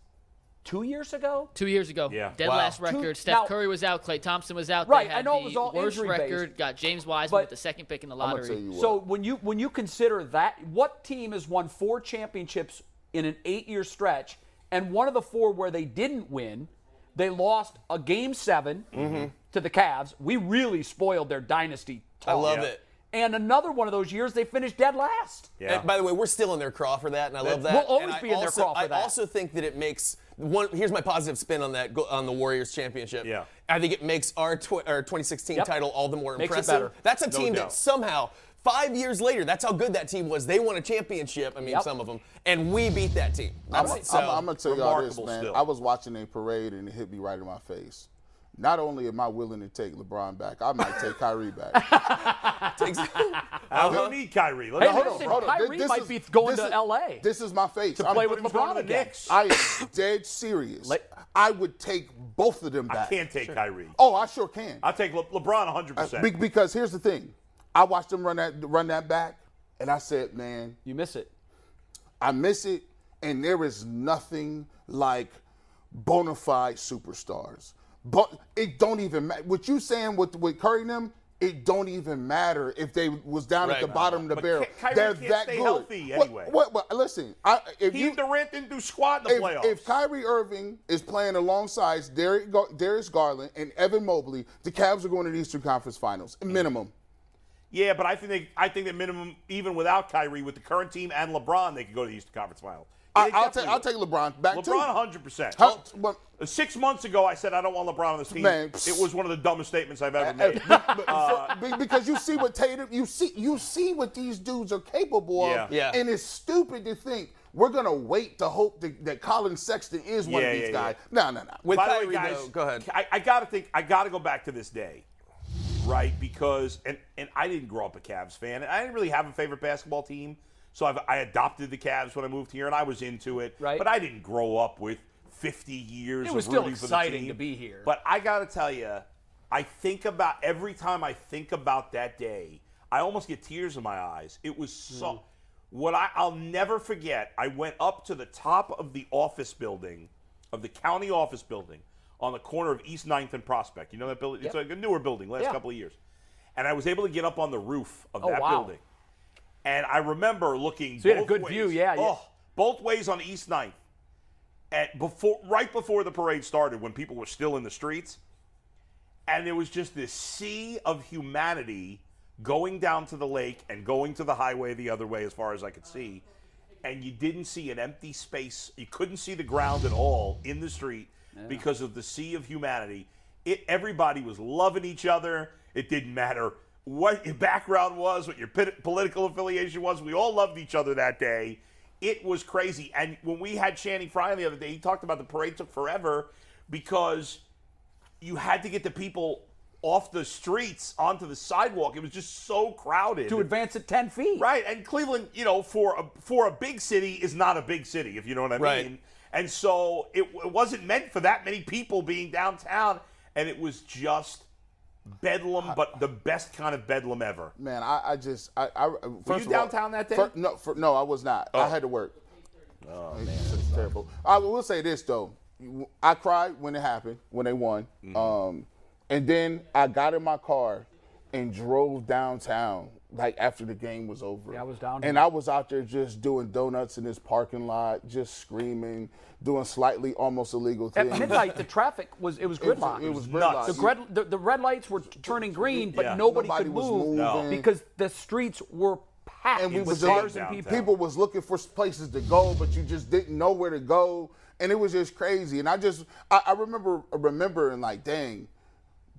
two years ago.
Two years ago,
Yeah.
dead
Wow.
last record.
Two-
Steph
now-
Curry was out. Clay Thompson was out.
Right,
They had
I know it was
the
all
worst
injury-based,
record. Got James Wiseman
but-
with the second pick in the
I'm gonna tell
lottery.
you what.
So when you when you consider that, what team has won four championships in an eight-year stretch, and one of the four where they didn't win, they lost a game 7
Mm-hmm.
to the Cavs. We really spoiled their dynasty.
I
talk.
love it.
And another one of those years, they finished dead last.
Yeah.
And by the way, we're still in their craw for that, and I love that.
We'll always
And I
be in their
also-
craw for
I
that.
also think that it makes one. Here's my positive spin on that go- on the Warriors championship.
Yeah.
I think it makes our, tw- our 2016
Yep.
title all the more
Makes it
impressive.
better.
That's a
No
team
doubt.
that somehow. Five years later, that's how good that team was. They won a championship. I mean,
Yep.
some of them, and we beat that team.
I'm,
That's
I'm,
it. So,
I'm gonna tell y'all this,
remarkable
man.
still.
I was watching a parade and it hit me right in my face. Not only am I willing to take LeBron back, I might take Kyrie back.
I don't need Kyrie. Let
Hey,
me-
listen, Kyrie might be going
this
to
is-
LA
This is my face. To
play with
He's going to the
LeBron again.
Knicks.
I
<laughs>
am dead serious.
Like-
I would take both of them
I
back.
can't take Kyrie.
Oh, I sure can. Uh,
I'll take Le- LeBron 100%.
Be- because here's the thing, I watched them run that run that back, And I said, man,
You miss it.
I miss it, and there is nothing like bona fide superstars. But it don't even matter. What you saying with with Curry and them, it don't even matter if they was down
Right.
at the bottom of the
But
barrel.
Ky- Kyrie
They're
can't
that
stay
good.
healthy
What-
anyway.
What, what, listen, I, if
He
you
Durant didn't do squat in the
if,
playoffs.
if Kyrie Irving is playing alongside Derek Gar- Darius Garland and Evan Mobley, the Cavs are going to these two conference finals minimum.
yeah, but I think they, I think that minimum even without Kyrie with the current team and LeBron they could go to the Eastern Conference Finals. Yeah,
I,
they
I'll take
definitely
I'll
would.
take LeBron back too.
LeBron 100. percent
How- but-
Six months ago, I said I don't want LeBron on this team.
Man, eh,
it was one of the dumbest statements I've ever
<laughs> Hey,
made.
but- but-
Uh,
be- because you see what Tatum, you see, you see what these dudes are capable
Yeah.
of,
Yeah.
and it's stupid to think we're gonna wait to hope that, that Colin Sexton is one
Yeah,
of these
yeah,
guys. No, no, no.
With
By the
Kyrie,
way, guys,
though, go ahead.
I, I gotta think. I gotta go back to this day, right? Because and and I didn't grow up a Cavs fan, and I didn't really have a favorite basketball team. So I've, I adopted the Cavs when I moved here, and I was into it.
Right.
But I didn't grow up with 50 years.
It was
of
still
rooting for the
exciting
team.
to be here.
But I gotta tell you, I think about every time I think about that day, I almost get tears in my eyes. It was so.
Hmm.
What I, I'll never forget, I went up to the top of the office building, of the county office building, on the corner of East 9th and Prospect. You know that building? It's
Yep.
like a newer building, last
Yeah.
couple of years. And I was able to get up on the roof of
Oh,
that
wow.
building. And I remember looking
So you had a
both
good
ways.
view, yeah, yeah.
Oh, both ways on East 9th. At before, right before the parade started, when people were still in the streets, and there was just this sea of humanity going down to the lake and going to the highway the other way as far as I could see. And you didn't see an empty space. You couldn't see the ground at all in the street because of the sea of humanity. It everybody was loving each other. It didn't matter what your background was, what your pit, political affiliation was. We all loved each other that day. It was crazy. And when we had Channing Frye the other day, he talked about the parade took forever because you had to get the people off the streets onto the sidewalk. It was just so crowded.
To advance at 10 feet.
Right, and Cleveland, you know, for a for a big city is not a big city, if you know what I
Right.
mean. And so it, it wasn't meant for that many people being downtown, and it was just bedlam, but the best kind of bedlam ever.
Man, I, I just I, I first of all-
downtown that day?
fir- no, fir- no, I was not. I had to work. Oh man, that's terrible. I will say this though, I cried when it happened when they won, um, and then I got in my car and drove downtown like after the game was over.
Yeah, I was down
And
here.
I was out there just doing donuts in this parking lot, just screaming, doing slightly almost illegal
At
things.
midnight, the traffic was, it was
It was-
gridlock.
It was
nuts.
gridlock.
the, red, the, the red lights were turning green, but
Yeah.
nobody,
Nobody
could
was
move
moving. No.
because the streets were packed
and we
with
was
cars
downtown.
and
people.
people.
people was looking for places to go, but you just didn't know where to go, and it was just crazy. And I just I, I remember remembering like, dang,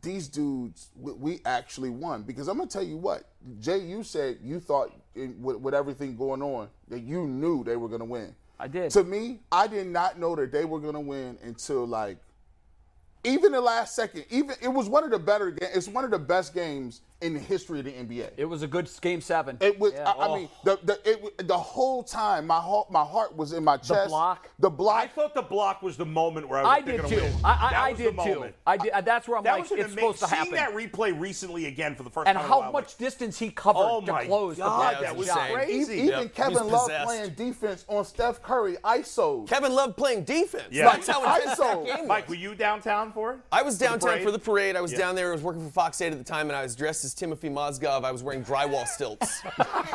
these dudes, we, we actually won because I'm gonna tell you what, Jay, you said you thought in, with, with everything going on that you knew they were gonna win.
I did.
To me, I did not know that they were gonna win until like. Even the last second, even it was one of the better. ga- It's one of the best games in the history of the NBA.
It was a good game seven.
It was.
Yeah. Oh.
I, I mean, the the it, w- the whole time, my heart my heart was in my chest.
block.
The
I
block.
thought the block was the moment where I was
I
like, they're
did
gonna
too.
win.
I,
That
I, I
was the
did too.
moment.
I did. That's where I'm
That
like,
was an
it's supposed to
amazing-
happen.
Seeing that replay recently again for the first
and
time. in a
how
while,
much
like,
distance he covered
Oh
to
my
close the
God,
block
that was
shot.
insane.
E-
Crazy.
Even
Yep.
Kevin
He's
Love
possessed.
playing defense on Steph Curry ISO.
Kevin Love playing defense.
Yeah.
That's how intense that
ISO.
game was.
Mike, were you downtown for it?
I was downtown
parade?
for the parade. I was
Yeah.
down there. I was working for Fox 8 at the time, and I was dressed as Timothy Mozgov. I was wearing
<laughs>
drywall stilts.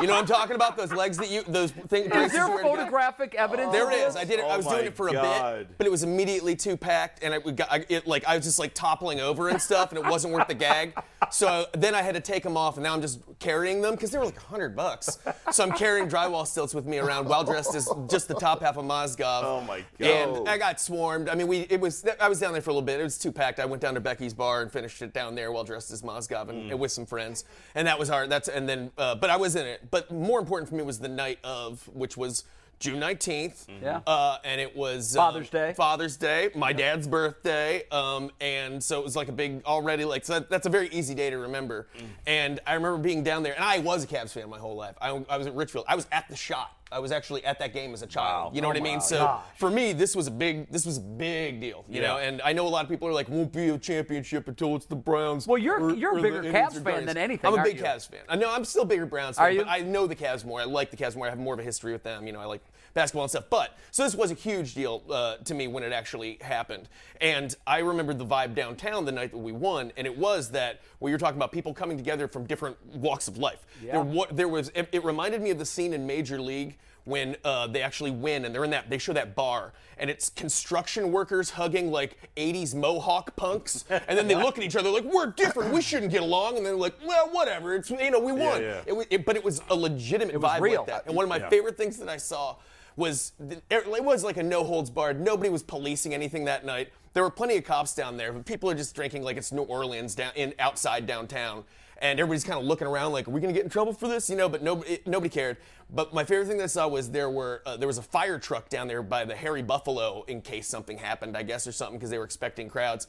you know what I'm talking about? Those legs that you, those things.
Is there photographic evidence?
There
of
it is.
this?
I did it.
Oh
I was doing
my
it for a
God.
bit, but it was immediately too packed, and I we got I, it like I was just like toppling over and stuff, and it wasn't worth the gag. So then I had to take them off, and now I'm just carrying them because they were like hundred bucks. So I'm carrying drywall stilts with me around, well dressed as just the top half of Mozgov.
Oh my God.
And I got swarmed. I mean, we it was I was down there for a little bit. It was too packed. I went down to Becky's bar and finished it down there, well dressed as Mozgov and, and with some friends, and that was hard. That's and then uh, but I was in it. But more important for me was the night of, which was. June 19th.
Yeah.
Uh, and it was
Father's Day.
Father's Day, my dad's birthday. Um, and so it was like a big, already like, so that, that's a very easy day to
Mm.
remember. And I remember being down there, and I was a Cavs fan my whole life. I, I was at Richfield. I was at the shot. I was actually at that game as a child.
Oh
You know what I mean? So for me, this was a big this was a big deal. You know, and I know a lot of people are like, won't be a championship until it's the Browns.
Well, you're- you're a
the
bigger
Indians
Cavs
or
fan
Giants."
than anything,
I'm a
aren't
big
you?
Cavs fan. I know I'm still a bigger Browns
Are
fan,
you?
but I know the Cavs more. I like the Cavs more. I have more of a history with them. You know, I like basketball and stuff. But so this was a huge deal uh, to me when it actually happened. And I remember the vibe downtown the night that we won, and it was that we were talking about people coming together from different walks of life. There, wa- there was. It, it reminded me of the scene in Major League when uh, they actually win and they're in that they show that bar and it's construction workers hugging like 80s mohawk punks
<laughs>
and then they look at each other like we're different we shouldn't get along and they're like well whatever it's you know we won
yeah.
It, wa- it- but it was a legitimate
was
vibe
real. Uh,
like that and one of my favorite things that i saw was th- it was like a no holds barred nobody was policing anything that night there were plenty of cops down there but people are just drinking like it's new orleans down in outside downtown and everybody's kind of looking around like, are we gonna get in trouble for this? You know, but nobody it- nobody cared. But my favorite thing that I saw was there were uh, there was a fire truck down there by the Harry Buffalo in case something happened, I guess, or something because they were expecting crowds.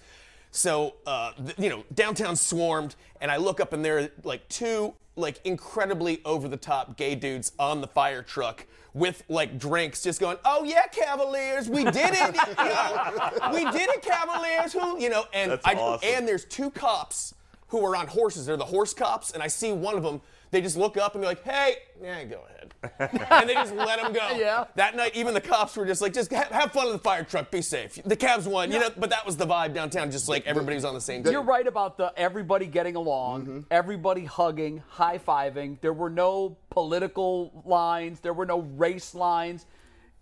So uh, th- you know, downtown swarmed, and I look up and there are like two like incredibly over the top gay dudes on the fire truck with like drinks just going oh yeah cavaliers we did it you know, we did it cavaliers who you know and
That's
I,
awesome.
and there's two cops who are on horses. They're the horse cops, and I see one of them. They just look up and they're like, "Hey, yeah, go ahead," and they just let him go.
<laughs> Yeah.
That night, even the cops were just like, "Just ha- have fun in the fire truck. Be safe." The Cavs won, you know. But that was the vibe downtown. Just like everybody Mm-hmm. was on the same.
You're
team.
right about the everybody getting along, everybody hugging, high fiving. There were no political lines, there were no race lines.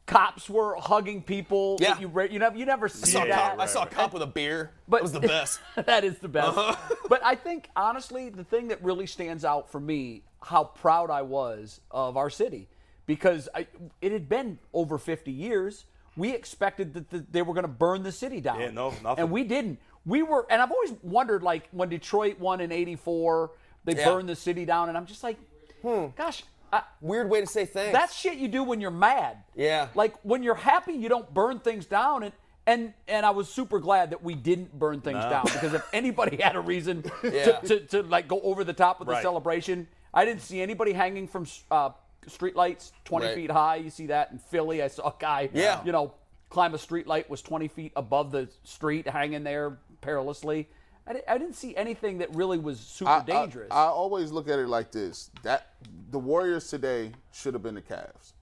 Cops were hugging people.
Yeah.
You, re- you, never, you never see
I saw, a
that.
cop, I saw a cop with a beer.
But- <laughs>
But, was the best. Uh-huh.
that is the best.
<laughs>
but I think honestly, the thing that really stands out for me, how proud I was of our city, because I, it had been over 50 years. We expected that the, they were going to burn the city down.
Yeah, no, nothing.
And we didn't. We were, and I've always wondered, like when Detroit won in '84, they
Yeah.
burned the city down, and I'm just like, gosh. I,
Weird way to say thanks.
that's shit you do when you're mad.
Yeah.
Like when you're happy, you don't burn things down. And and and I was super glad that we didn't burn things down because if anybody had a reason
Yeah.
to, to, to like go over the top with the
Right.
celebration, I didn't see anybody hanging from uh, streetlights 20
Right.
feet high. You see that in Philly. I saw a guy,
Yeah.
you know, climb a streetlight was 20 feet above the street, hanging there perilously. I, di- I didn't see anything that really was super
I- I-
dangerous.
I, always look at it like this: that the Warriors today should have been the Cavs.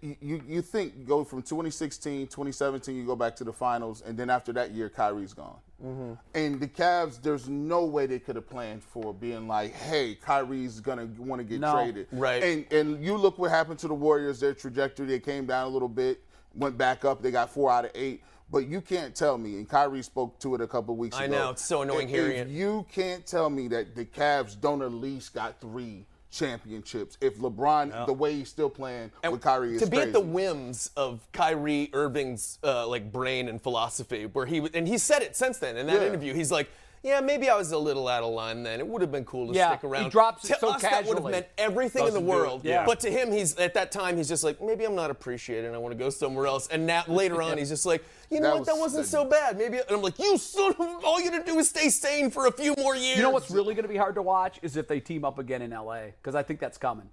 You- You, you think go from 2016, 2017, you go back to the finals, and then after that year, Kyrie's gone.
Mm-hmm.
And the Cavs, there's no way they could have planned for being like, hey, Kyrie's gonna want to get
No.
traded.
Right.
And and you look what happened to the Warriors, their trajectory, they came down a little bit, went back up, they got four out of eight. But you can't tell me, and Kyrie spoke to it a couple weeks
I
ago.
know, it's so annoying
if-
hearing
if
it.
you can't tell me that the Cavs don't at least got three championships. If LeBron, the way he's still playing with Kyrie, is
to be
crazy.
at the whims of Kyrie Irving's uh, like brain and philosophy, where he was, and he said it since then in that
Yeah.
interview. He's like, yeah, maybe I was a little out of line then. It would have been cool to
Yeah,
stick
he
around.
drops
to
it so
us, that would have
casually.
meant everything in the world.
Yeah.
But to him, he's at that time, he's just like, maybe I'm not appreciated. and I want to go somewhere else. And now
<laughs>
later on, he's just like, you
That
know what,
was
that wasn't
the-
so bad. Maybe and I'm like, you son of all you had to do is stay sane for a few more years.
You know what's really going to be hard to watch is if they team up again in LA because I think that's coming.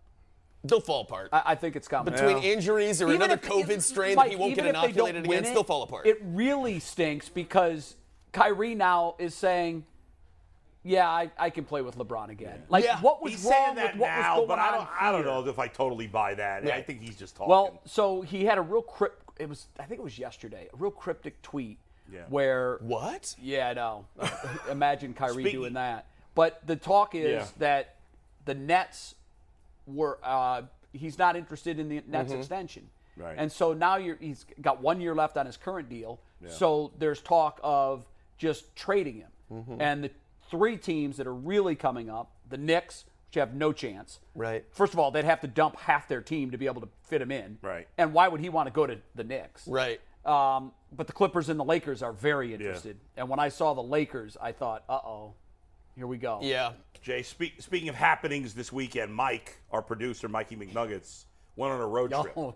They'll fall apart.
I, I think it's coming.
between injuries or
Even if-
another COVID
even-
strain that he
Mike,
won't
even
get
if they don't
inoculated
win
against,
it,
they'll fall apart.
It really stinks because Kyrie now is saying, "Yeah, I, I can play with LeBron again." Like
Yeah,
what was
he's
wrong
saying that
with what
now,
was going
but
on?
I don't, I don't
here?
know if I totally buy that.
Yeah.
I think he's just talking.
Well, so he had a real crypt. It was I think it was yesterday. A real cryptic tweet
Yeah.
where
what?
Yeah, I know. <laughs> Imagine Kyrie
Speaking-
doing that. But the talk is
Yeah.
that the Nets were uh, he's not interested in the Nets extension.
Mm-hmm. Right.
And so now you're, he's got one year left on his current deal. So there's talk of just trading him.
Mm-hmm.
And the three teams that are really coming up, the Knicks, which have no chance.
Right.
First of all, they'd have to dump half their team to be able to fit him in.
Right.
And why would he want to go to the Knicks?
Right.
Um, but the Clippers and the Lakers are very interested. And when I saw the Lakers, I thought, uh oh, here we go. <laughs>
Yeah.
Jay, speak, speaking of happenings this weekend, Mike, our producer, Mikey McNuggets, went on a road trip.